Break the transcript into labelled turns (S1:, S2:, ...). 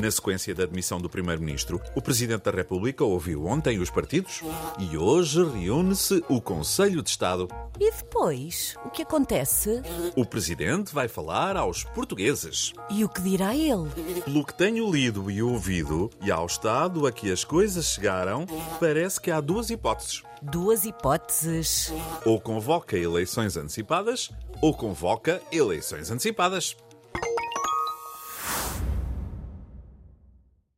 S1: Na sequência da admissão do Primeiro-Ministro, o Presidente da República ouviu ontem os partidos e hoje reúne-se o Conselho de Estado.
S2: E depois, o que acontece?
S1: O Presidente vai falar aos portugueses.
S2: E o que dirá ele?
S1: Pelo que tenho lido e ouvido, e ao estado a que as coisas chegaram, parece que há duas hipóteses.
S2: Duas hipóteses.
S1: Ou convoca eleições antecipadas, ou convoca eleições antecipadas.